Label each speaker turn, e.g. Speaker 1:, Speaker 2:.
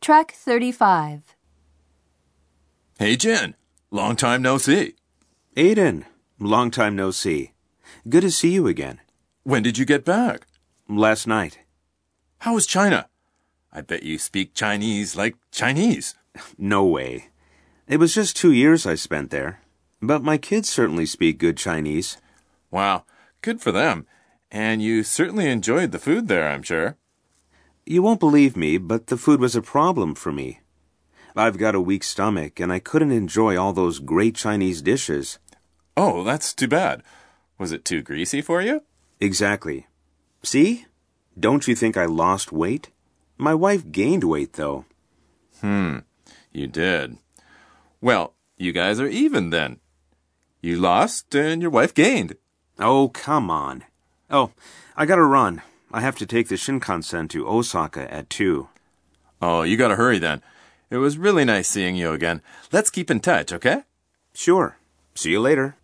Speaker 1: Track 35.
Speaker 2: Hey, Jen. Long time no see.
Speaker 3: Aiden, long time no see. Good to see you again.
Speaker 2: When did you get back?
Speaker 3: Last night.
Speaker 2: How is China? I bet you speak Chinese like Chinese.
Speaker 3: No way. It was just two years I spent there. But my kids certainly speak good Chinese.
Speaker 2: Wow. Good for them. And you certainly enjoyed the food there, I'm sure.
Speaker 3: You won't believe me, but the food was a problem for me. I've got a weak stomach and I couldn't enjoy all those great Chinese dishes.
Speaker 2: Oh, that's too bad. Was it too greasy for you?
Speaker 3: Exactly. See? Don't you think I lost weight? My wife gained weight, though.
Speaker 2: You did. Well, you guys are even then. You lost and your wife gained.
Speaker 3: Oh, come on. Oh, I gotta run. I have to take the Shinkansen to Osaka at 2.
Speaker 2: Oh, you gotta hurry then. It was really nice seeing you again. Let's keep in touch, okay?
Speaker 3: Sure. See you later.